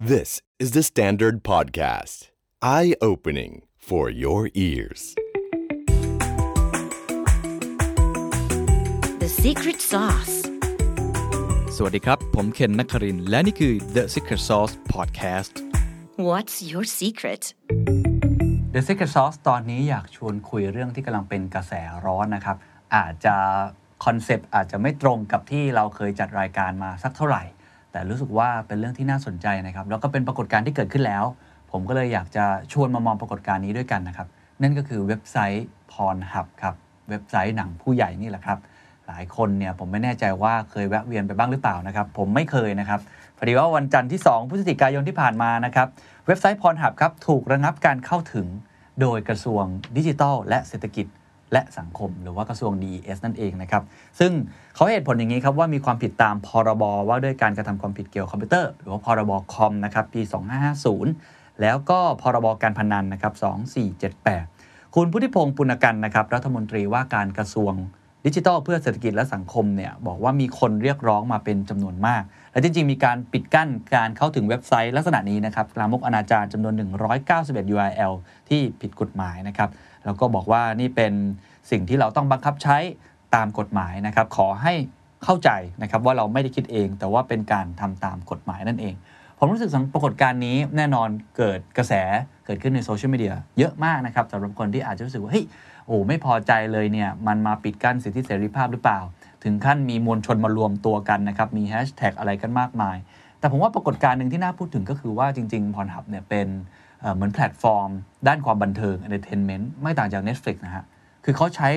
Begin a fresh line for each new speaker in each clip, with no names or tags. This is the Standard Podcast. Eye opening for your ears.
The secret sauce.
สวัสดีครับ ผมเคนนักครินทร์และนี่คือ The Secret Sauce Podcast
What's your secret?
The Secret Sauce ตอนนี้อยากชวนคุยเรื่องที่กำลังเป็นกระแสร้อนนะครับ อาจจะคอนเซปต์อาจจะไม่ตรงกับที่เราเคยจัดรายการมาสักเท่าไหร่ แต่รู้สึกว่าเป็นเรื่องที่น่าสนใจนะครับ แล้วก็เป็นปรากฏการณ์ที่เกิดขึ้นแล้ว ผมก็เลยอยากจะชวนมามองปรากฏการณ์นี้ด้วยกันนะครับ นั่นก็คือเว็บไซต์ Pornhub ครับ เว็บไซต์หนังผู้ใหญ่นี่แหละครับ หลายคนเนี่ยผมไม่แน่ใจว่าเคยแวะเวียนไปบ้างหรือเปล่านะครับ ผมไม่เคยนะครับพอดีว่าวันจันทร์ที่ 2 พฤศจิกายนที่ผ่านมานะครับ เว็บไซต์ Pornhub ครับ ถูกระงับการเข้าถึงโดยกระทรวงดิจิทัล และเศรษฐกิจ และสังคม หรือว่ากระทรวง DES นั่นเองนะครับ ซึ่งเขาให้เหตุผลอย่างนี้ครับว่ามีความผิดตามพรบว่าด้วยการกระทำความผิดเกี่ยวกับคอมพิวเตอร์ หรือว่าพรบคอมนะครับปี 2550 แล้วก็พรบการพนันนะครับ 2478 คุณพุทธิพงศ์ปุณกันนะครับรัฐมนตรีว่าการกระทรวง ดิจิทัลเพื่อเศรษฐกิจและสังคมเนี่ยบอกว่ามีคนเรียกร้องมาเป็นจำนวนมาก และจริงๆ มีการปิดกั้นการเข้าถึงเว็บไซต์ลักษณะนี้นะครับลามกอนาจารจำนวน 191 URL ที่ผิดกฎหมายนะครับ แล้วก็บอกว่านี่เป็นสิ่งที่เราต้องบังคับใช้ตามกฎหมายนะครับ ขอให้เข้าใจนะครับว่าเราไม่ได้คิดเอง แต่ว่าเป็นการทำตามกฎหมายนั่นเอง ผมรู้สึกสังปรากฏการณ์นี้แน่นอนเกิดกระแสเกิดขึ้นในโซเชียลมีเดียเยอะมากนะครับสำหรับคนที่อาจจะรู้สึกว่าเฮ้ย โอ้ไม่พอใจเลยเนี่ยมันมาปิดกั้นสิทธิเสรีภาพหรือเปล่า ถึงขั้นมีมวลชนมารวมตัวกันนะครับ มีแฮชแท็กอะไรกันมากมาย แต่ผมว่าปรากฏการณ์หนึ่งที่น่าพูดถึงก็คือว่าจริงๆพรหับเนี่ยเป็นเอ่อเหมือนแพลตฟอร์ม ด้านความบันเทิง entertainment ไม่ต่างจาก Netflix นะฮะ คือเขาใช้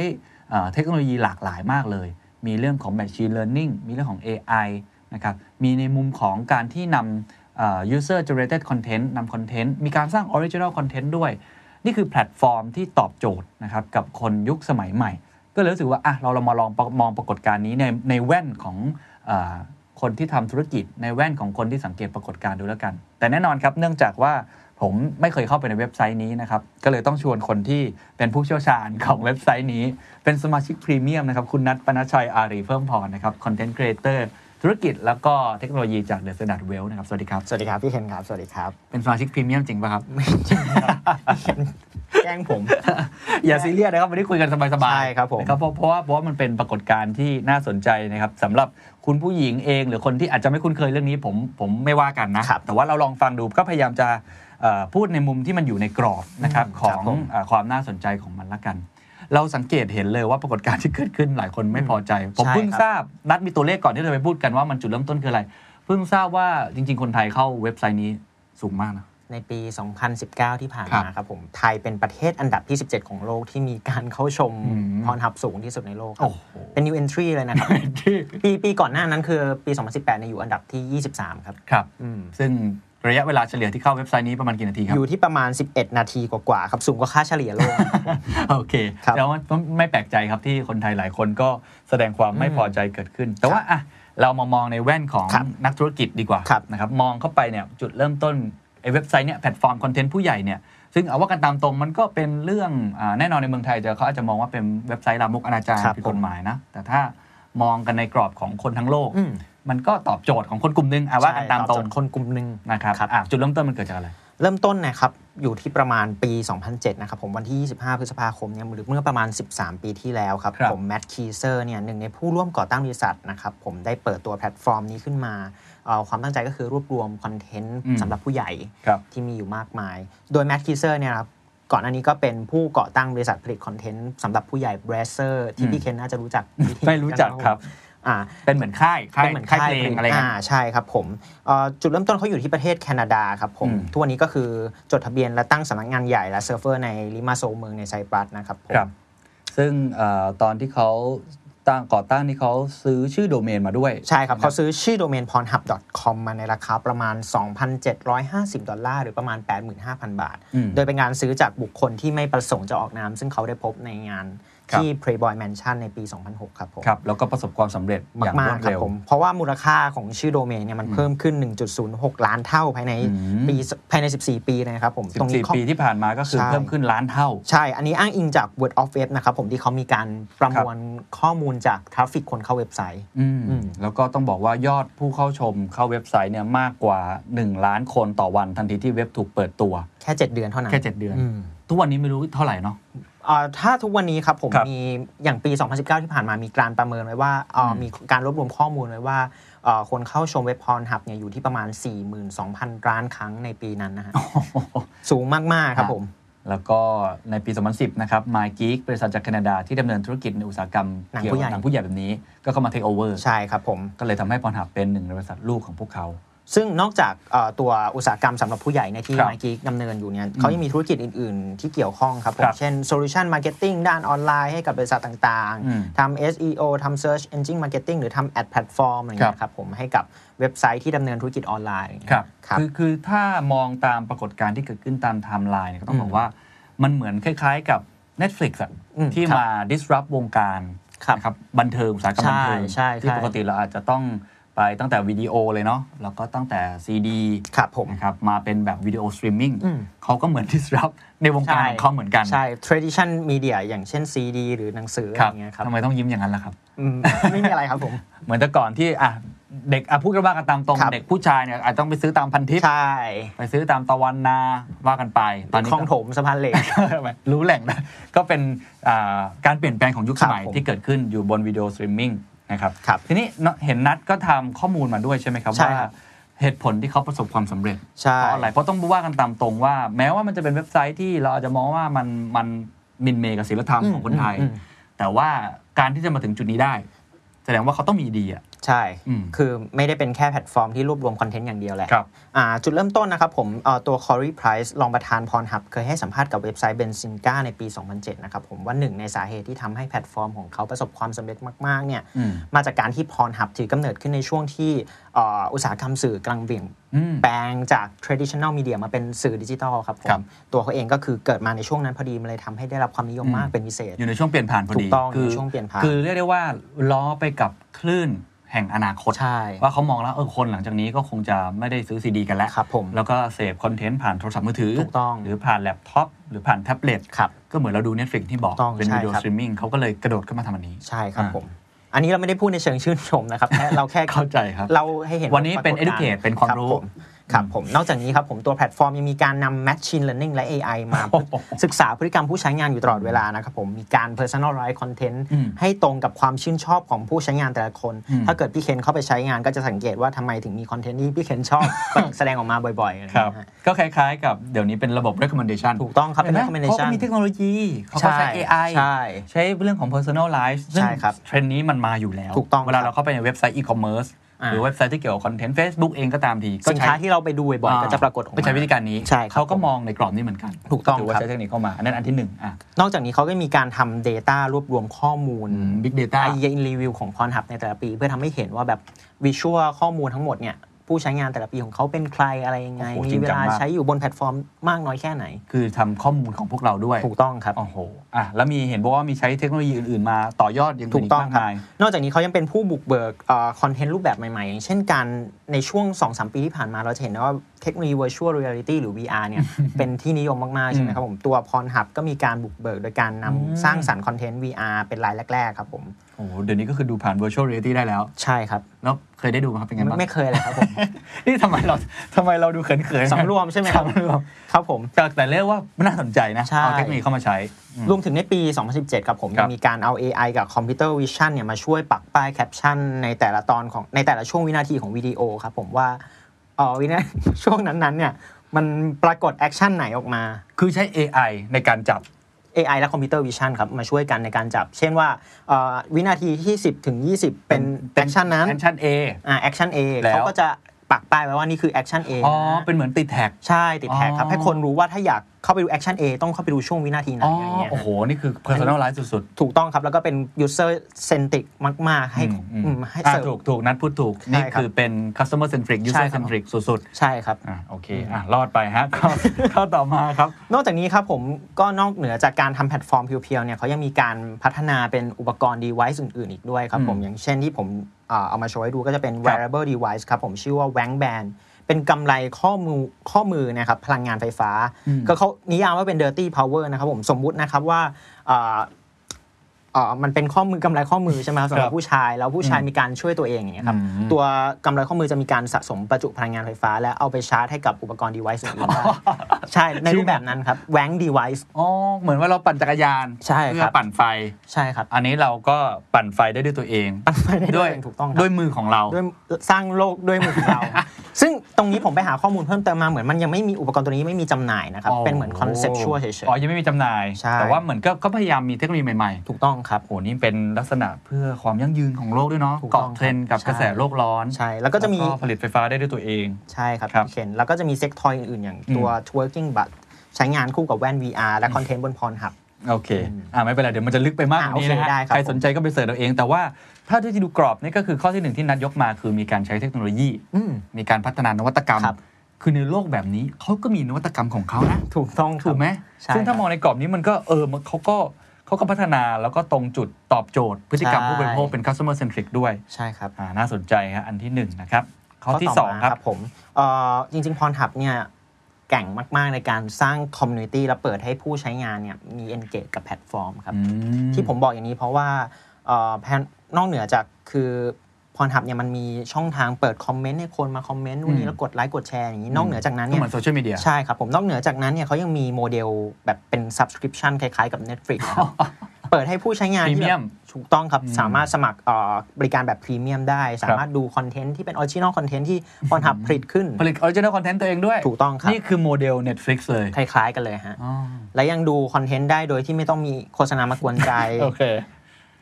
เอ่อเทคโนโลยีหลากหลายมากเลย มีเรื่องของ machine learning มีเรื่องของ AI นะครับ มีในมุมของการที่นำเอ่อ user generated content นำ content มีการสร้าง original content ด้วย นี่คือแพลตฟอร์มที่ตอบโจทย์นะครับกับคนยุคสมัยใหม่ ก็เลยรู้สึกว่าอ่ะเราเรามาลองมองปรากฏการณ์นี้ในในแว่นของเออคนที่ทำธุรกิจในแว่นของคนที่สังเกตปรากฏการณ์ดูแล้วกัน แต่แน่นอนครับเนื่องจากว่าผมไม่เคยเข้าไปในเว็บไซต์นี้นะครับก็เลยต้องชวนคนที่เป็นผู้เชี่ยวชาญของเว็บไซต์นี้ เป็นสมาชิกพรีเมียมนะครับคุณนัทปนชชัยอารีเพิ่มพรนะครับคอนเทนต์ครีเอเตอร์ธุรกิจแล้วก็เทคโนโลยีจากเดอะสแตนดเวลนะครับสวัสดีครับ
สวัสดีครับ พี่เคนครับ สวัสดีครับ
เป็นสมาชิกพรีเมียมจริงป่ะครับ
เคนแกล้งผม
อย่าซีเรียสนะครับวันนี้คุยกันสบายๆ
ใช่ครับผม
นะครับเพราะเพราะว่าเพราะว่ามันเป็นปรากฏการณ์ที่น่าสนใจนะครับสำหรับคุณผู้หญิงเอง หรือคนที่อาจจะไม่คุ้นเคยเรื่องนี้ผมผมไม่ว่ากันนะ
ครับ
แต่ว่าเราลองฟังดูก็พยายามจะเอ่อพูดในมุมที่มันอยู่ในกรอบนะครับ
อืม
ขอ
ครั
ง
บผม
เอ่อความน่าสนใจของมันละกัน เราสังเกตเห็นเลยว่าปรากฏการณ์ที่เกิดขึ้นหลายคนไม่พอใจ ผม
ใช่
เพิ่ง
ครับ
ทราบนัดมีตัวเลขก่อนที่เราจะไปพูดกันว่ามันจุดเริ่มต้นคืออะไรเพิ่งทราบว่าจริง ๆ คนไทยเข้าเว็บไซต์นี้สูงมากนะ
ในปี 2019 ที่ผ่านมาครับผม ไทยเป็นประเทศอันดับที่ 17 ของโลกที่มีการเข้าชม
อืม
พรทับสูงที่สุดในโลกครั
โอ้
บ
โห
เป็น new entry เลย นะครับ ปีปีก่อนหน้านั้นคือปี 2018เนี่ยอยู่อันดับที่ 23 ครับ
ครับ
อืม
ซึ่งระยะเวลาเฉลี่ยที่เข้าเว็บไซต์นี้ประมาณกี่นาทีครับ
อยู่ที่ประมาณ 11 นาทีกว่าๆครับ สูงกว่าค่าเฉลี่ยโลก
โอเค
ครับ
แล้วมันไม่แปลกใจครับที่คนไทยหลายคนก็แสดงความไม่พอใจเกิดขึ้น แต่ว่าอ่ะเรามามองในแว่นของ
ครับ
นักธุรกิจดีกว่า
ครับ
นะครับมองเข้าไปเนี่ยจุดเริ่มต้นไอ้เว็บไซต์เนี่ยแพลตฟอร์มคอนเทนต์ผู้ใหญ่เนี่ยซึ่งเอาว่ากันตามตรงมันก็เป็นเรื่องอาแน่นอนในเมืองไทยจะเขาอาจจะมองว่าเป็นเว็บไซต์ลามกอนาจาร
ครับ
ผิดกฎหมายนะ แต่ถ้ามองกันในกรอบของคนทั้งโลก
อืม
มันก็ตอบโจทย์ของคนกลุ่มหนึงเอาว่ากันตามตร
ใช่อบ
ง
โจย์คนกลุ่มหนึ่ง
นะครับ
ครับ
อ่ะจุดเริ่มต้นมันเกิดจากอะไร
เริ่มต้นนะครับ อยู่ที่ประมาณปี 2007 นะครับผมวันที่ 25 พฤษภาคมเนี่ยหรือเมื่อประมาณ 13 ปีที่แล้วครับ
ครับ
ผมแมตต์คีเซอร์เนี่ยหนึ่งในผู้ร่วมก่อตั้งบริษัทนะครับผมได้เปิดตัวแพลตฟอร์มนี้ขึ้นมาเอ่อความตั้งใจก็คือรวบรวมคอนเทนต์
อืม
สำหรับผู้ใหญ่
ครับ
ที่มีอยู่มากมาย โดยแมทคิเซอร์เนี่ยครับ ก่อนอันนี้ก็เป็นผู้ก่อตั้งบริษัทผลิตคอนเทนต์สำหรับผู้ใหญ่เบรเซอร์ที่
อืม
พี่เคนน่าจะรู้จัก
ไม่รู้จักครับ
อ่า
เป็นเหมือนค่ายค่าย
ป็นเหมือน
ค่ายเพลงอะไรเงี้ย
อ่าใช่ครับผมเอ่อจุดเริ่มต้นเขาอยู่ที่ประเทศแคนาดาครับผม
อืม
ทุกวันนี้ก็คือจดทะเบียนและตั้งสำนักงานใหญ่และเซิร์ฟเวอร์ในลิมาโซเมืองในไซปรัสนะครับผม
ครับ ซึ่งเออตอนที่เขาตั้งก่อตั้งนี่เขาซื้อชื่อโดเมนมาด้วย
ใช่ครับ
นะครับ
เขาซื้อชื่อโดเมน pornhub.com มาในราคาประมาณ 2,750 ดอลลาร์ หรือประมาณ 85,000 บาท
อืม
โดยเป็นการซื้อจากบุคคลที่ไม่ประสงค์จะออกนาม ซึ่งเขาได้พบในงาน
ครับ
ที่ Playboy Mansion ในปี 2006 ครับผม
ครับแล้วก็ประสบความสำเร็จอย่าง
มาร
วด
กๆครับ
เร็ว
ผม เพราะว่ามูลค่าของชื่อโดเมนเนี่ยมันเพิ่มขึ้น 1.06 ล้านเท่าภายในปีภายใน 14 ปีนะครับผมตรงนี้
14
ข้อ
ปีที่ผ่านมาก็คือ
ใช่
เพิ่มขึ้นล้านเท่า
ใช่ อันนี้อ้างอิงจาก Word of Web นะครับผมที่เขามีการประมวลข้อมูลจากทราฟฟิกคนเข้าเว็บไซต์
อืม
อืม
แล้วก็ต้องบอกว่ายอดผู้เข้าชมเข้าเว็บไซต์เนี่ยมากกว่า 1 ล้านคนต่อวันทันทีที่เว็บถูกเปิดตัว
แค่ 7 เดือนเท่านั้น
แค่ 7 เดือน
อืม
ทุกวันนี้ไม่รู้เท่าไหร่เนาะ
เอ่อถ้าทุกวันนี้ครับผม
ครับ
มีอย่างปี 2019 ที่ผ่านมามีการประเมินไว้ว่าเอ่อ
ม
อมีการรวบรวมข้อมูลไว้ว่าเอ่อคนเข้าชมเว็บพรหับเนี่ยอยู่ที่ประมาณ 42,000 ล้านครั้งในปีนั้นนะฮะสูงมากๆครับผม
แล้วก็ในปี 2010 นะครับ My Geek บริษัทจากแคนาดาที่ดำเนินธุรกิจในอุตสาหกรรม
หนัง
เกี่ยวกั
ผู้ใหญ่
บหนังผู้ใหญ่แบบนี้ ก็เข้ามา take over
ใช่ครับผม
ก็เลยทำให้พรหับเป็นหนึ่งในบริษัทลูกของพวกเขา
ซึ่งนอกจากเอ่อตัวอุตสาหกรรมสำหรับผู้ใหญ่ในที่
ครับ
มากีดำเนินอยู่เนี่ยเขายังมีธุรกิจอื่น ๆ ที่เกี่ยวข้องครับผ
ค
ม
รับ
เช่น solution marketing ด้านออนไลน์ให้กับบริษัทต่าง
อืม
ๆทำ SEO ทำ search engine marketing หรือทำ ad platform อะไรอย่างเงี้
ครับ
ยครับผมให้กับเว็บไซต์ที่ดำเนินธุรกิจออนไลน์
ครับ
ครับ
คือคือถ้ามองตามปรากฏการณ์ที่เกิดขึ้นตามไทม์ไลน์เนี่ยก็ต้องบอก
อืม
ว่ามันเหมือนคล้ายๆกับ Netflix อะ
อืม
ที่
ครับ
มา disrupt วงการ
ครับ
นะครับบันเทิงอุตสาหกรรมบันเทิง
ใช่ใช่
ที่ปกติเราอาจจะต้องไปตั้งแต่วิดีโอเลยเนาะแล้วก็ตั้งแต่ซีดี
ครับผม
นะครับมาเป็นแบบวิดีโอสตรีมมิ่ง
อืม
เขาก็เหมือน disrupt ในวงการของเขาเหมือนกัน
ใช่ tradition media อย่างเช่น CD หรือหนังสือ
ครั
อะไร
บ
อย่างเงี้ยครับ
ทำไมต้องยิ้มอย่างนั้นล่ะครับ
อืมไม่มีอะไรครับผม
เหมือนแต่ก่อนที่อ่ะเด็กอ่ะพูดกันว่ากันตามตรง
ครับ
เด็กผู้ชายเนี่ยอาจต้องไปซื้อตามพันทิป
ใช่
ไปซื้อตามตะวันนาว่ากันไปตอนนี้
คลอง
ก็
ถมสะพานเหล็ก
รู้แหล่งนะ ก็เป็นอ่าการเปลี่ยนแปลงของยุคสมัย
ครับผม
ที่เกิดขึ้นอยู่บนวิดีโอสตรีมมิ่งนะครับ
ครับ
ทีนี้เนอะเห็นนัดก็ทำข้อมูลมาด้วยใช่ไหมครับ
ใช่
ว่า
ครับ
เหตุผลที่เขาประสบความสำเร็จ
ใช่
เพราะอะไรเพราะต้องว่ากันตามตรงว่า แม้ว่ามันจะเป็นเว็บไซต์ที่เราอาจจะมองว่ามันมันมินเมกับศิลธรรมของคนไทย
อืม
แต่ว่าการที่จะมาถึงจุดนี้ได้ แสดงว่าเขาต้องมีดีอ่ะ
ใช่
อืม
คือไม่ได้เป็นแค่แพลตฟอร์มที่รวบรวมคอนเทนต์อย่างเดียวแหละ
ครับ
อ่าจุดเริ่มต้นนะครับผมเอ่อตัว Corey Price รองประธานพรหับ เคยให้สัมภาษณ์กับเว็บไซต์ Benzinga ในปี 2007 นะครับผมว่าหนึ่งในสาเหตุที่ทำให้แพลตฟอร์มของเขาประสบความสำเร็จมาก ๆ เนี่ย
อืม
มาจากการที่พรหับถือกำเนิดขึ้นในช่วงที่เอ่ออุตสาหกรรมสื่อกำลังเบี่ยง
อืม
แปลงจาก traditional media มาเป็นสื่อดิจิทัลครับผ
ครั
ม
บ
ตัวเขาเองก็คือเกิดมาในช่วงนั้นพอดีมันเลยทำให้ได้รับความนิยมมาก
อืม
เป็นพิเศษ
อยู่ในช่วงเปลี่ยนผ่านพอดี
ถูกต้อง
คื
ในช่วงเปลี่ยนผ่าน
คือเรียกได้ว่าล้อไปกับคลื่นแห่งอนาคต
ใช่
ว่าเขามองแล้วเออคนหลังจากนี้ก็คงจะไม่ได้ซื้อซีดีกันแล้ว
ครับผม
แล้วก็เสพคอนเทนต์ผ่านโทรศัพท์มือถือ
ถูกต้อง
หรือผ่านแล็ปท็อปหรือผ่านแท็บเล็ต
ครับ
ก็เหมือนเราดู Netflix ที่บอก
ถูกต้อง
เป็นวิดีโอ
ใช่ครั
สต
บ
รีมมิ่งเขาก็เลยกระโดดขึ้นมาทำอันนี้
ใช่ครับ
อ่า
ผม อันนี้เราไม่ได้พูดในเชิงชื่นชมนะครับแค่เราแค่
เข้าใจครับ
เราให้เห็น
วันนี้เป็น
ปรากฏการณ์
educate เป็นความรู้
บผมครับผม นอกจากนี้ครับผมตัวแพลตฟอร์มยังมีการนำ Machine Learning และ AI มา
โอ้โห
ศึกษาพฤติกรรมผู้ใช้งานอยู่ตลอดเวลานะครับผม มีการ personalize content
อืม
ให้ตรงกับความชื่นชอบของผู้ใช้งานแต่ละคน
อืม
ถ้าเกิดพี่เคนเข้าไปใช้งานก็จะสังเกตว่าทำไมถึงมีคอนเทนต์ที่พี่เคนช อบ ก็แสดงออกมาบ่อยๆอะไรอย่าง
ครับ
เงี้ยฮะ
ก็คล้ายๆ กับเดี๋ยวนี้เป็นระบบ recommendation
ถูกต้องครับ
ห็
เป็น
ไหมเขาก็
recommendation
มีเทคโนโลยีเขาก็ใช้ AI
ใช่
ใช้เรื่องของ personalize ซึ่ง
ใช่ครับ
เทรนด์นี้มันมาอยู่แล้ว
ถูกต้อง
เวลา
ครับ
เราเข้าไปในเว็บไซต์ e-commerce
อ่า
หรือเว็บไซต์ที่เกี่ยวกับคอนเทนต์ Facebook เองก็ตามทีก็
สิน
ใช้
ค้าที่เราไปดูบ่อยๆก็จะปรากฏออกมา
เป็นใช้วิธีการนี้
ใช่ครับ
เขาก็มองในกรอบนี้เหมือนกัน
ถูกต้อง
ถือว่า
ครับ
ใช้เทคนิคเข้ามา อันนั้นอันที่หนึ่งอ่ะ
นอกจากนี้เขาก็มีการทำ Data รวบรวมข้อมูล
อืม Big Data
ไอเยนรีวิวของพรหับในแต่ละปี เพื่อทำให้เห็นว่าแบบวิชวลข้อมูลทั้งหมดเนี่ย ผู้ใช้งานแต่ละปีของเขาเป็นใครอะไรยังไง
โอ้โหจริง
มีเว
จั
ลาม
งาก
ใช้อยู่บนแพลตฟอร์มมากน้อยแค่ไหน
คือทำข้อมูลของพวกเราด้วย
ถูกต้องครับ
โอ้โหอ่ะแล้วมีเห็นบอกว่ามีใช้เทคโนโลยีอื่น ๆ มาต่อยอดอย่าง
ถู
อื่น
ก
อี
ต้อง
มาก
ครับ
มาย
นอกจากนี้เขายังเป็นผู้บุกเบิกคอนเทนต์รูปแบบใหม่ ๆ อย่างเช่นการในช่วง 2-3 ปีที่ผ่านมาเราจะเห็นได้ว่าเทคโนโลยี virtual reality หรือ VR เนี่ย เป็นที่นิยมมาก ๆ ใช่ไหมครับ ผมตัวพรหับก็มีการบุกเบิกโดยการนำ
อืม
สร้างสรรค์คอนเทนต์ VR เป็นรายแรก ๆ ครับผม
โอ้โหเดี๋ยวนี้ก็คือดูผ่าน virtual reality ได้แล้ว
ใช่ครับ
แล้วเคยได้ดูไหมครับเป็นไง
ไม่
บ้าง
ไม่เคยเลย ครับผม
นี่ทำไมเราทำไมเราดูเขินๆ
สำรวมใช่ไหมครับ
สำรวม
ครับผม
แต่แต่เรียกว่ามันน่าสนใจนะ
ใช่
เอาเทคโนโลยีเข้ามาใช้
รวมถึงในปี 2017 ครับผม
ครับ
ยังมีการเอา AI กับคอมพิวเตอร์วิชั่นเนี่ยมาช่วยปักป้ายแคปชั่นในแต่ละตอนของในแต่ละช่วงวินาทีของวิดีโอครับผมว่าเออวินา ช่วงนั้นๆเนี่ยมันปรากฏแอคชั่นไหนออกมา
คือใช้ AI ในการจับ
AI และคอมพิวเตอร์วิชั่นครับ มาช่วยกันในการจับ เช่นว่าเอ่อวินาทีที่ 10 ถึง 20 เป็นแอคชั่นนั้น
แอคชั่น A
อ่าแอคชั่น A
แล้ว
เขาก็จะ ปักป้ายไว้ว่านี่คือแอคชั่นเอ
อ๋อ เป็นเหมือนติดแท็ก
ใช่ติดแท็กครับ
อ๋อ
ให้คนรู้ว่าถ้าอยากเข้าไปดูแอคชั่นเอต้องเข้าไปดูช่วงวินาทีไหน
อ๋อ
อะไรเงี้ย
โอ้โห นี่คือ personalize สุด
ถูกต้องครับแล้วก็เป็น user centric มาก ๆ ให้
อืมอืม
อืมให้
ๆอ่ะ
เสิร์ฟ
ถูกถูกนัดพูดถูก
ใช่
นี่
ครับ
คือเป็น customer centric
ใช่
user
ครับ
centric สุด
ใช่ครับ
ๆอ่ะโอเคอ่ะรอดไปฮะ ข้อ ข้อต่อมาครับ
นอกจากนี้ครับผมก็นอกเหนือจากการทำแพลตฟอร์มเพียวๆเนี่ยเขายังมีการพัฒนาเป็นอุปกรณ์ device อื่นๆ อีกด้วยครับผม
อืม
อย่างเช่นที่ผมเอ่อเอามาโชว์ให้ดูก็จะเป็น
ครับ
wearable device ครับผมชื่อว่า w a n g band เป็นกำไรข้อมือข้อมือนะครับพลังงานไฟฟ้า
อืม
ก็เขานิยามว่าเป็น dirty power นะครับผมสมมุตินะครับว่าเอ่อเอ่อมันเป็นข้อมือกำไรข้อมือใช่ไหมครับสำหรับผู้ชายแล้วผู้ชายมีการช่วยตัวเองอย่างเงี้ยครั
อ
บ
ืม
ตัวกำไรข้อมือจะมีการสะสมประจุพลังงานไฟฟ้า และเอาไปชาร์จให้กับอุปกรณ์ device อื่นๆได้ใช่ ในรูปแบบนั้นครับแวง device
อ๋อ เหมือนว่าเราปั่นจักรยาน
ใช่ครับ
เพื่อปั่นไฟ
ใช่ครับ
อันนี้เราก็ปั่นไฟได้ด้วยตัวเอง
ปั่นไฟได้ด้วยถูกต้องครับ
ด้วยมือของเรา
ด้วยสร้างโลกด้วยมือของเรา ซึ่งตรงนี้ผมไปหาข้อมูลเพิ่มเติมมาเหมือนมันยังไม่มีอุปกรณ์ตัวนี้ไม่มีจำหน่ายนะครับ เป็นเหมือนคอนเซปชวลเฉย
อ๋อ ยังไม่มีจำหน่าย
ใช่
แต่ว่าเหมือนก็ก็พยายามมีเทคโนโลยีใหม่
ๆ ถูกต้องครับ
ๆโหนี่เป็นลักษณะเพื่อความยั่งยืนของโลกด้วยเนาะ
ถูกต้อง
เกาะเทรนด์กับ
ใช่
กระแสโลกร้อน
ใช่ แล้วก็จะมี
แล้วผลิตไฟฟ้าได้ด้วยตัวเอง
ใช่ครับ
ครับ
พี่เคนแล้วก็จะมีเซ็กทอยอื่นๆ อย่างตัว twerking butt ใช้งานคู่กับแว่น VR และคอนเทนต์บนพรหับ
โอเค อ่าไม่เป็นไร เดี๋ยวมันจะลึกไปมากกว่านี้
อ่ะโอเค
นะฮะ
ได้ครับ
ใครสนใจก็ไปเสิร์ชเอาเอง แต่ว่าถ้าที่ดูกรอบนี่ก็คือข้อที่หนึ่งที่นัดยกมาคือมีการใช้เทคโนโลยี
อืม
มีการพัฒนานวัตกรรม
ครับ
คือในโลกแบบนี้เขาก็มีนวัตกรรมของเขานะ
ถูกต้องครับ
ถูกไหม
ใช่
ซึ่งถ้า
ครับ
มองในกรอบนี้มันก็เออมันเขาก็เขาก็พัฒนาแล้วก็ตรงจุดตอบโจทย์ พฤติกรรม
ใช่
ผู้บริโภคเป็น customer centric ด้วย
ใช่ครับ
อ่าน่าสนใจครับอันที่ 1 นะครับ ข้อที่
ต่มา
2 ครับ
ผมเอ่อจริงๆ พรหับเนี่ยแกร่งมาก ๆ ในการสร้างคอมมูนิตี้และเปิดให้ผู้ใช้งานเนี่ยมี engage กับแพลตฟอร์มครับ
อื
ที่ผมบอกอย่างนี้เพราะว่าเอ่อแพลนนอกเหนือจากคือพรหับเนี่ยมันมีช่องทางเปิดคอมเมนต์ให้คนมาคอมเมนต์นู่นนี่แล้วกดไลค์กดแชร์อย่างนี้นอกเหนือจากนั้น
ก็
เนี่
เห
ย
มือนโซเชียลมีเดีย
ใช่ครับผมนอกเหนือจากนั้นเนี่ยเขายังมีโมเดลแบบเป็น subscription คล้ายๆ กับ Netflix ครับเปิดให้ผู้ใช้งานที่แบบ
Premium
ถูกต้องครับ
อืม
สามารถสมัครเอ่อบริการแบบพรีเมียมได้ สามารถดูคอนเทนต์ที่เป็นออริจินอลคอนเทนต์ที่พรหับผลิตขึ้น
ผลิต original content ตัวเองด้วย
ถูกต้องครับ
นี่คือโมเดล Netflix เลย
คล้ายๆกันเลยฮะ
อ๋อ
และยังดูคอนเทนต์ได้โดยที่ไม่ต้องมีโฆษณามากวนใจ
โอเค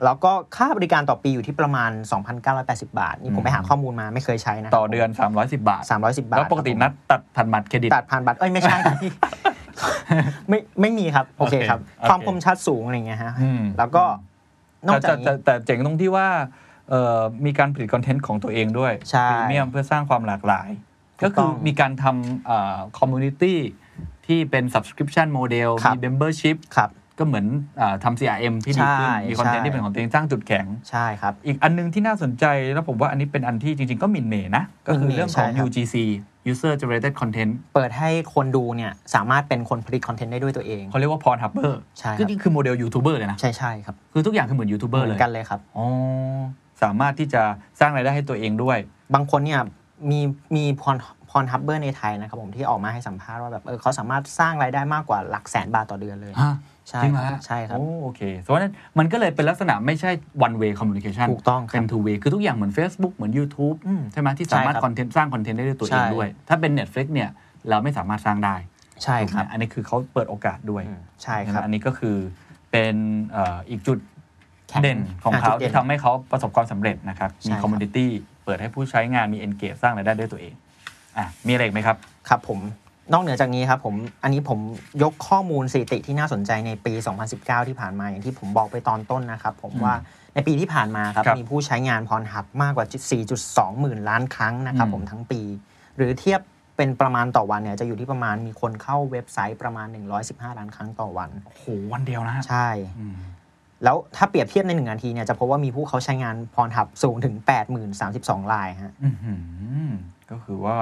แล้วก็ค่าบริการต่อปีอยู่ที่ประมาณ 2,980 บาท นี่ผมไปหาข้อมูลมาไม่เคยใช้นะ
ต่อเดือน 310 บาท
310 บาท
แล้วปกตินัดตัดผ่านบัตรเครดิต
ตัดผ่านบัตรเอ้ยไม่ใช่ ไม่ไม่มีครับโอเค
โอเค
ครับ
โอเค
ความคมชัดสูงอะไรอย่างเงี้ยฮะ
อืม
แล้วก็นอกจาก
แต่
นี้
แต่แต่เจ๋งตรงที่ว่าเอ่อมีการผลิตคอนเทนต์ของตัวเองด้วย
ใช่
พรีเมียมเพื่อสร้างความหลากหลาย
ถู
ก็
กต้
คือ
อง
มีการทำคอมมูนิตี้ที่เป็น subscription model
ครับ
มี membership
ครับ
ก็เหมือนเออทำ CRM ที่ดีขึ้น
ใช่
มีคอนเทนต์
ใช่
ที่เป็นของตัวเองสร้างจุดแข็ง
ใช่ครับ
อีกอันนึงที่น่าสนใจแล้วผมว่าอันนี้เป็นอันที่จริง ๆ ก็หมินเหมนะ ก็คือ
หมิ่นเหม่
เรื่องของ
ใช่ครับ
UGC user generated content
เปิดให้คนดูเนี่ยสามารถเป็นคนผลิตคอนเทนต์ได้ด้วยตัวเอง
เขาเรียกว่า Pornhubber
ใช่ครับ
ก็นี่คือโมเดลยูทูบเบอร์เลยนะ
ใช่ใช่ครับ
คือทุกอย่างคือเหมือนยูทูบเบอร์
ห
เล
มื
ย
นกันเลยครับ
อ๋อสามารถที่จะสร้างรายได้ให้ตัวเองด้วย
บางคนเนี่ยมีมีพรพรฮับเบอร์ในไทยนะครับผมที่ออกมาให้สัมภาษณ์ว่าแบบเออเขาสามารถสร้างรายได้มากกว่าหลักแสนบาทต่อเดือนเลย
ฮะ
ใช่
จริงเหรอ
ครั
ฮะ
ใช่ครับ
โอ้โอเคเพราะฉะนั้นมันก็เลยเป็นลักษณะไม่ใช่ one way communication
ถูกต้องครับ
เป็น two way คือทุกอย่างเหมือน Facebook เหมือน YouTube
อืม
ใช่ไหมที่สามารถ
ใช่ครับ
คอนเทนต์สร้างคอนเทนต์ได้ด้วยตัวเอง
ใช่
ด้วย ถ้าเป็น Netflix เนี่ย เราไม่สามารถสร้างได้
ใช่ค
ถูก
รับ
ไหมอันนี้คือเขาเปิดโอกาสด้วย
อืมใช่ครับ
นะอันนี้ก็คือเป็นเอ่ออีกจุด
แข็ง
เด่นของเขา
อ่ะจุดเด่น
ที่ทำให้เขาประสบความสำเร็จนะครับ
ใช่
มี
ครับ
community เปิดให้ผู้ใช้งานมี engage สร้างรายได้ด้วยตัวเองอ่ะมีอะไรอีกไหมครับ
ครับผมนอกเหนือจากนี้ครับผมอันนี้ผมยกข้อมูลสถิติที่น่าสนใจในปี 2019 ที่ผ่านมาอย่างที่ผมบอกไปตอนต้นนะครับผมว่าในปีที่ผ่านมาครับ
ครับ
มีผู้ใช้งานพรหับมากกว่า 4.2 หมื่นล้านครั้งนะครับ
อืม
ผมทั้งปี หรือเทียบเป็นประมาณต่อวันเนี่ยจะอยู่ที่ประมาณมีคนเข้าเว็บไซต์ประมาณ 115 ล้านครั้งต่อวัน
โอ้โหวันเดียวนะฮะ
ใช่
อืม
แล้วถ้าเปรียบเทียบในหนึ่งนาทีเนี่ยจะพบว่ามีผู้เขาใช้งานพรหับสูงถึง 80,032รายฮะ
อื้อหือก็คือว่า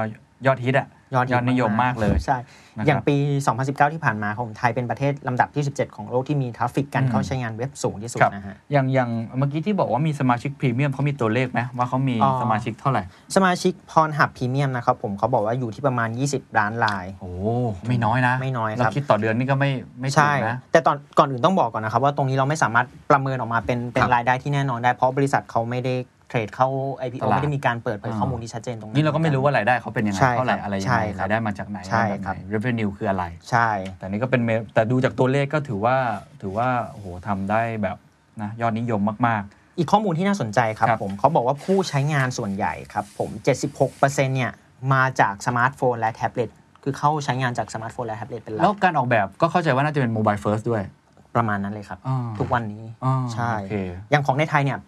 ยอดฮิตอะ
ยอดฮิต
นิยมมากเลย
ใช่
นะครับ
อย่างปี 2019 ที่ผ่านมาของไทยเป็นประเทศลำดับที่ 17 ของโลกที่มีทราฟฟิกการ
อืม
เข้าใช้งานเว็บสูงที่สุด
ครับ
นะฮะ
อย่างอย่างเมื่อกี้ที่บอกว่ามีสมาชิกพรีเมียมเขามีตัวเลขไหมว่าเขามี
อ๋อ
สมาชิกเท่าไหร่
สมาชิกพรหับพรีเมียมนะครับผมเขาบอกว่าอยู่ที่ประมาณ 20 ล้านราย
โอ้ไม่น้อยนะ
ไม่น้อยครับ
เราคิดต่อเดือนนี่ก็ไม่ไม่ถึ
ใช่
งนะ
แต่ตอนก่อนอื่นต้องบอกก่อนนะครับ ว่าตรงนี้เราไม่สามารถประเมินออกมาเป็นเป็น
ครับ
รายได้ที่แน่นอนได้เพราะบริษัทเขาไม่ได้เทรดเข้า
ต
IPO
ลาด
ไม่ได้มีการเปิดเผย
อ่า
ข้อมูลที่ชัดเจนตรงนั้น
นี่เราก็ไม่รู้ว่ารายได้เขาเป็นยังไง
ใช่ครับ
เท่าไหร่อะไรยัง
ใช่
ไง
ครับ
รายได้มาจากไหน
ใช่
มาจาก
ครับ
ไหน revenue คืออะไร
ใช่
แต่นี่ก็เป็นเมแต่ดูจากตัวเลขก็ถือว่าถือว่าโอ้โหทำได้แบบนะยอดนิยมมาก
อีกข้อมูลที่น่าสนใจครับ
ครับ
ผมเขาบอกว่าผู้ใช้งานส่วนใหญ่ครับผม 76%เนี่ย มาจากสมาร์ทโฟนและแท็บเล็ตคือเข้าใช้งานจากสมาร์ทโฟนและแท็บเล็ตเป็นหลั
แล้ว
ก
การออกแบบก็เข้าใจว่าน่าจะเป็นโมบายเฟิร์สด้วย
ประมาณนั้นเลยครับ
อ่า
ทุกวันนี้
อ่า
ใช่
โอเค
อย่างของในไทยเนี่ย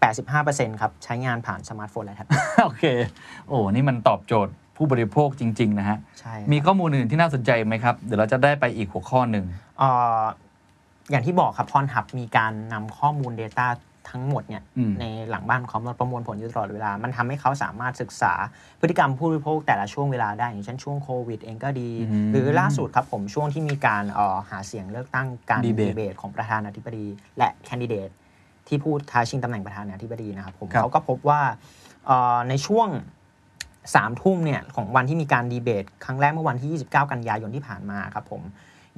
85%ครับ ใช้งานผ่านสมาร์ทโฟนและแท็บเล็ต
โอเค โอ้ นี่มันตอบโจทย์ผู้บริโภคจริง ๆ นะฮะ
ใช่
มีข้อมูลอื่นที่น่าสนใจไหมครับ เดี๋ยวเราจะได้ไปอีกหัวข้อหนึ่ง
เอ่ออย่างที่บอกครับพรหับมีการนำข้อมูล Data ทั้งหมดเนี่ย
อืม
ในหลังบ้านคอมเราประมวลผลอยู่ตลอดเวลา มันทำให้เขาสามารถศึกษาพฤติกรรมผู้บริโภคแต่ละช่วงเวลาได้ อย่างเช่นช่วงโควิดเองก็ดี
อืม
หรือล่าสุดครับผมช่วงที่มีการเอ่อหาเสียงเลือกตั้งการดี
Debate
เบตของประธานาธิบดี และแคนดิเดตที่พูดท้าชิงตำแหน่งประธานาธิบดีนะครับผม
ครับ
เขาก็พบว่าเอ่อในช่วงสามทุ่มเนี่ยของวันที่มีการดีเบต ครั้งแรกเมื่อวันที่ 29 กันยายนที่ผ่านมาครับผม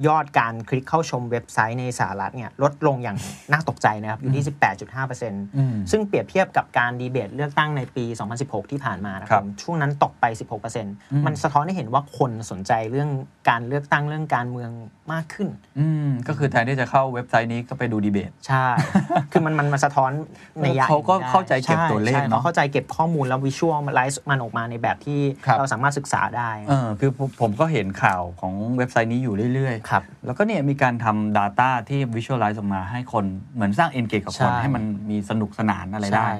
ยอดการคลิกเข้าชมเว็บไซต์ในสหรัฐเนี่ยลดลงอย่างน่าตกใจนะครับอยู่ที่ 18.5%
อืม
ซึ่งเปรียบเทียบกับการดีเบตเลือกตั้งในปี 2016 ที่ผ่านมานะค
ครั
รั
บบ
ช่วงนั้นตกไป
ม
16%มันสะท้อนให้เห็นว่าคนสนใจเรื่องการเลือกตั้งเรื่องการเมืองมากขึ้น
อืม ก็คือแทนที่จะเข้าเว็บไซต์นี้ก็ไปดูดีเบต
ใช่ คือมันมันมาสะท้อนในยะ
เขาก็
อย่ง
เข้า
นี้ได้
ใจเก็บ
ช่
ตัวเลข
ใช่
เนอะ
เขาเข้าใจเก็บข้อมูลแล้ววิชวลไลซ์มันออกมาในแบบที่
ครับ
เราสามารถศึกษาได้
เออ คือผมผมก็เห็นข่าวของเว็บไซต์นี้อยู่เรื่อย ๆ
ครับ
แล้วก็เนี่ยมีการทำ Data ที่ Visualize ออกมาให้คนเหมือนสร้าง Engage กับคน
ใช่
ให้มันมีสนุกสนานอะไร
ใช่
ได้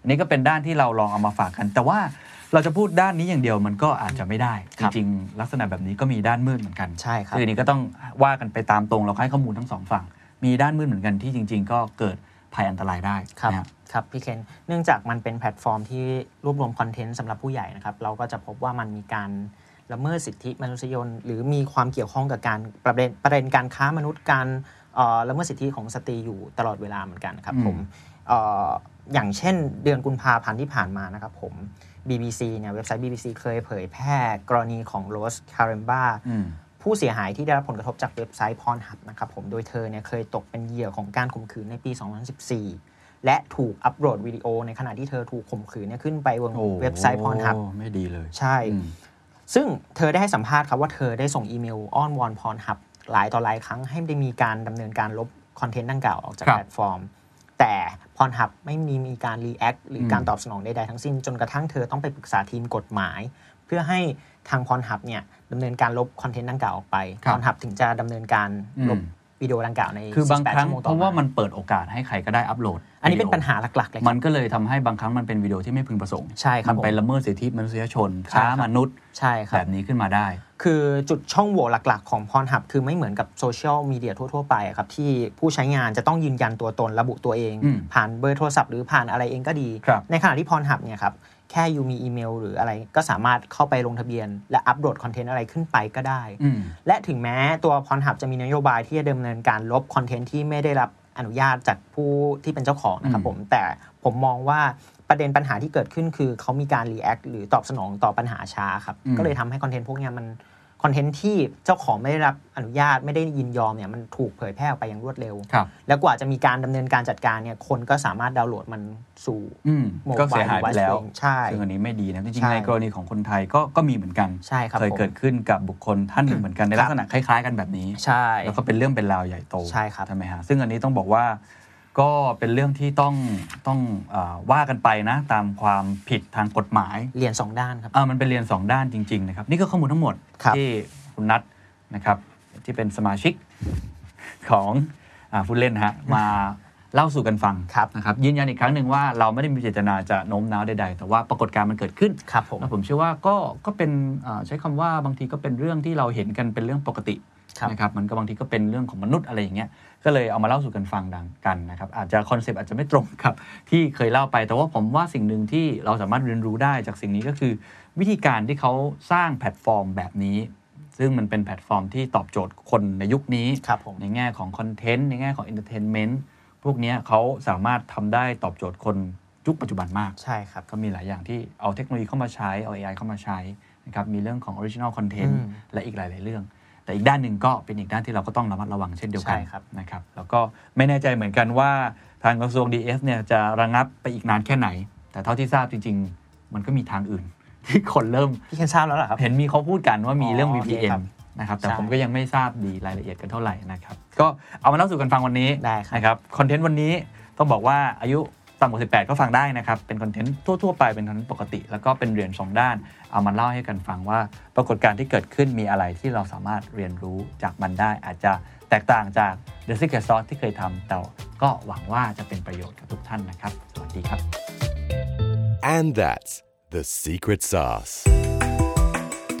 อันนี้ก็เป็นด้านที่เราลองเอามาฝากกัน แต่ว่าเราจะพูดด้านนี้อย่างเดียวมันก็อาจจะไม่ได้ จ
ครับ
ริงๆ ลักษณะแบบนี้ก็มีด้านมืดเหมือนกัน
ใช่ครับ
คืออันนี้ก็ต้องว่ากันไปตามตรงเราให้ข้อมูลทั้งสองฝั่ง มีด้านมืดเหมือนกันที่จริง ๆ ก็เกิดภัยอันตรายได้
ครับ
นะฮะ
ครับพี่เคนเนื่องจากมันเป็นแพลตฟอร์มที่รวบรวมคอนเทนต์สำหรับผู้ใหญ่นะครับ เราก็จะพบว่ามันมีการละเมิดสิทธิมนุษยชนหรือมีความเกี่ยวข้องกับการประเด็นประเด็นการค้ามนุษย์การเอ่อละเมิดสิทธิของสตรีอยู่ตลอดเวลาเหมือนกันครับผมเอ่ออย่างเช่นเดือนกุมภาพันธ์ที่ผ่านมานะครับผม BBC เนี่ยเว็บไซต์ BBC เคยเผยแพร่กรณีของโรสคาร์เรมบา
อืม
ผู้เสียหายที่ได้รับผลกระทบจากเว็บไซต์พรหับนะครับผม โดยเธอเนี่ยเคยตกเป็นเหยื่อของการข่มขืนในปี 2014 และถูกอัปโหลดวิดีโอในขณะที่เธอถูกข่มขืนเนี่ยขึ้นไปบน
โอ้
เว็บไซต์พรหับ
ไม่ดีเลย
ใช่
อืม
ซึ่งเธอได้ให้สัมภาษณ์ครับว่าเธอได้ส่งอีเมลอ้อนวอนพรหับหลายต่อหลายครั้งให้ได้มีการดำเนินการลบคอนเทนต์ดังกล่าวออกจาก
ครับ
แพลตฟอร์ม แต่พรหับไม่มีมีการรีแอคหรืออ
ม
การตอบสนองใดๆทั้งสิ้น จนกระทั่งเธอต้องไปปรึกษาทีมกฎหมาย เพื่อให้ทางพรหับเนี่ยดำเนินการลบคอนเทนต์ดังกล่าวออกไป
ครับ
พรหับถึงจะดำเนินการลบวิดีโอดังกล่าวใน
คือบาง
48
ครั้ง
ชั่วโม
เพราะ
ต่อ
ว่ามันเปิดโอกาสให้ใครก็ได้อัปโหลด
อันนี้เป็น
วิดีโ
ปัญหาหลักๆเลยค
มั
รับ
นก็เลยทำให้บางครั้งมันเป็นวิดีโอที่ไม่พึงประสงค์
ใช่ครับ
มันไป
ผม
ละเมิดสิทธิมนุษยชน
ใช่
ค้า
ครับ
มนุษย์
ใช่ค
แบ
รับ
บนี้ขึ้นมาได้
คือจุดช่องโหว่หลักๆ ของพรหับคือไม่เหมือนกับโซเชียลมีเดียทั่ว ๆ ไปอะครับ ที่ผู้ใช้งานจะต้องยืนยันตัวตนระบุตัวเอง
อืม
ผ่านเบอร์โทรศัพท์หรือผ่านอะไรเองก็ดี
ครับ
ในขณะที่พรหับเนี่ยครับ แค่อยู่มีอีเมลหรืออะไรก็สามารถเข้าไปลงทะเบียน และอัปโหลดคอนเทนต์อะไรขึ้นไปก็ได้
อืม
และถึงแม้ตัวพรหับจะมีนโยบายที่จะดำเนินการลบคอนเทนต์ที่ไม่ได้รับอนุญาตจากผู้ที่เป็นเจ้าของนะครับ
อืม
ผม แต่ผมมองว่าประเด็นปัญหาที่เกิดขึ้นคือเขามีการรีแอคหรือตอบสนองต่อปัญหาช้าครับ
อืม
ก็เลยทำให้คอนเทนต์พวกเนี้ยมันคอนเทนต์ที่เจ้าของไม่ได้รับอนุญาตไม่ได้ยินยอมเนี่ยมันถูกเผยแพร่ออกไปอย่างรวดเร็ว
ครับ
แล้วกว่าจะมีการดำเนินการจัดการเนี่ยคนก็สามารถดาวน์โหลดมันสู่
อืม
mobile
ก็เสียหายไปแล้ว
device ใช่
ซึ่งอันนี้ไม่ดีนะจริงๆ
ใช่
ในกรณีของคนไทยก็ก็มีเหมือนกัน
ใช่ครับ
เคย
ผม
เกิดขึ้นกับบุคคลท่านหนึ่งเหมือนกันใน
ครั
ลัก
บ
ษณะคล้ายๆ กันแบบนี้
ใช่
แล้วก็เป็นเรื่องเป็นราวใหญ่โต
ใช่ครับ
ใช่ไหมฮะซึ่งอันนี้ต้องบอกว่าก็เป็นเรื่องที่ต้องต้องเอ่อว่ากันไปนะ ตามความผิดทางกฎหมาย
เรียนสองด้านครับ
อ่ามันเป็นเรียน 2 ด้านจริง ๆ นะครับ นี่ก็ข้อมูลทั้งหมด
ครับ
ที่คุณนัทนะครับ ที่เป็นสมาชิกของฟุตเล่นนะฮะ มาเล่าสู่กันฟัง
ครับ
นะครับยืนยันอีกครั้งหนึ่งว่าเราไม่ได้มีเจตนาจะโน้มน้าวใดๆ แต่ว่าปรากฏการณ์มันเกิดขึ้น
ครับผม
แล้วผมเชื่อว่าก็ก็เป็นอ่าใช้คำว่าบางทีก็เป็นเรื่องที่เราเห็นกันเป็นเรื่องปกติ
ครับ
นะครับมันก็บางทีก็เป็นเรื่องของมนุษย์อะไรอย่างเงี้ยก็เลยเอามาเล่าสู่กันฟังดังกันนะครับอาจจะคอนเซปต์อาจจะไม่ตรงกับ ที่เคยเล่าไป แต่ว่าผมว่าสิ่งหนึ่งที่เราสามารถเรียนรู้ได้จากสิ่งนี้ก็คือ วิธีการที่เขาสร้างแพลตฟอร์มแบบนี้ ซึ่งมันเป็นแพลตฟอร์มที่ตอบโจทย์คนในยุคนี้
ครับผม
ในแง่ของคอนเทนต์ในแง่ของเอนเตอร์เทนเมนต์พวกเนี้ยเขาสามารถทำได้ตอบโจทย์คนยุคปัจจุบันมาก
ใช่ครับ
ก็มีหลายอย่างที่เอาเทคโนโลยีเข้ามาใช้ เอา AI เข้ามาใช้นะครับ มีเรื่องของ Original Content
อืม
และอีกหลาย ๆ เรื่อง แต่อีกด้านหนึ่งก็เป็นอีกด้านที่เราก็ต้องระมัดระวังเช่นเดียวกัน
ใช่ครับ
นะครับ แล้วก็ไม่แน่ใจเหมือนกันว่าทางกระทรวง DS เนี่ยจะระงับไปอีกนานแค่ไหน แต่เท่าที่ทราบจริง ๆ มันก็มีทางอื่น ที่คนเริ่ม
พี่เคนทราบแล้วเหรอครับ
เห็นมีเขาพูดกันว่ามีเรื่อง
อ๋อโอเค
VPN
ครับ
นะครับ แต่
ใช่
ผมก็ยังไม่ทราบดีรายละเอียดกันเท่าไหร่นะครับ ก็เอามาเล่าสู่กันฟังวันนี้
ได้ครับ
นะครับ คอนเทนต์วันนี้ต้องบอกว่าอายุ ต่ำกว่า 18 ก็ฟังได้นะครับ เป็นคอนเทนต์ทั่ว ๆ ไปเป็นคอนเทนต์ปกติ แล้วก็เป็นเหรียญสองด้าน เอามาเล่าให้กันฟังว่าปรากฏการณ์ที่เกิดขึ้นมีอะไรที่เราสามารถเรียนรู้จากมันได้ อาจจะแตกต่างจาก The Secret Sauce ที่เคยทำแต่ก็หวังว่าจะเป็นประโยชน์กับทุกท่านนะครับ สวัสดีครับ
And that's the secret sauce.
ถ